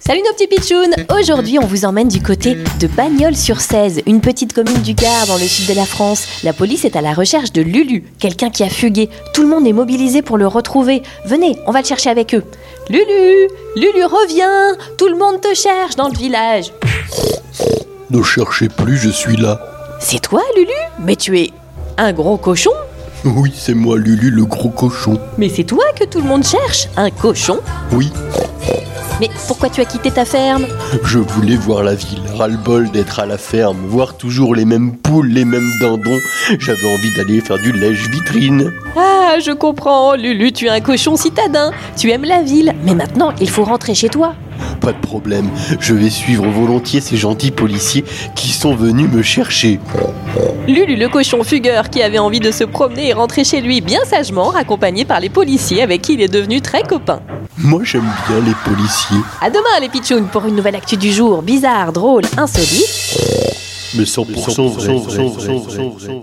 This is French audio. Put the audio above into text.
Salut nos petits pitchouns Aujourd'hui, on vous emmène du côté de Bagnols-sur-Cèze, une petite commune du Gard dans le sud de la France. La police est à la recherche de Lulu, quelqu'un qui a fugué. Tout le monde est mobilisé pour le retrouver. Venez, on va le chercher avec eux. Lulu Lulu, reviens Tout le monde te cherche dans le village. Ne cherchez plus, je suis là. C'est toi, Lulu Mais tu es un gros cochon Oui, c'est moi, Lulu, le gros cochon. Mais c'est toi que tout le monde cherche Un cochon Oui, Mais pourquoi tu as quitté ta ferme je voulais voir la ville. Ras-le-bol d'être à la ferme, voir toujours les mêmes poules, les mêmes dindons. J'avais envie d'aller faire du lèche-vitrine. Ah, je comprends, Lulu, tu es un cochon citadin. Tu aimes la ville, mais maintenant, il faut rentrer chez toi. Pas de problème, je vais suivre volontiers ces gentils policiers qui sont venus me chercher. Lulu, le cochon fugueur qui avait envie de se promener et rentrer chez lui bien sagement, accompagné par les policiers avec qui il est devenu très copain. Moi, j'aime bien les policiers. À demain, les pitchouns, pour une nouvelle actu du jour, bizarre, drôle, insolite. Me 100% vrai, 100% vrai, 100% vrai.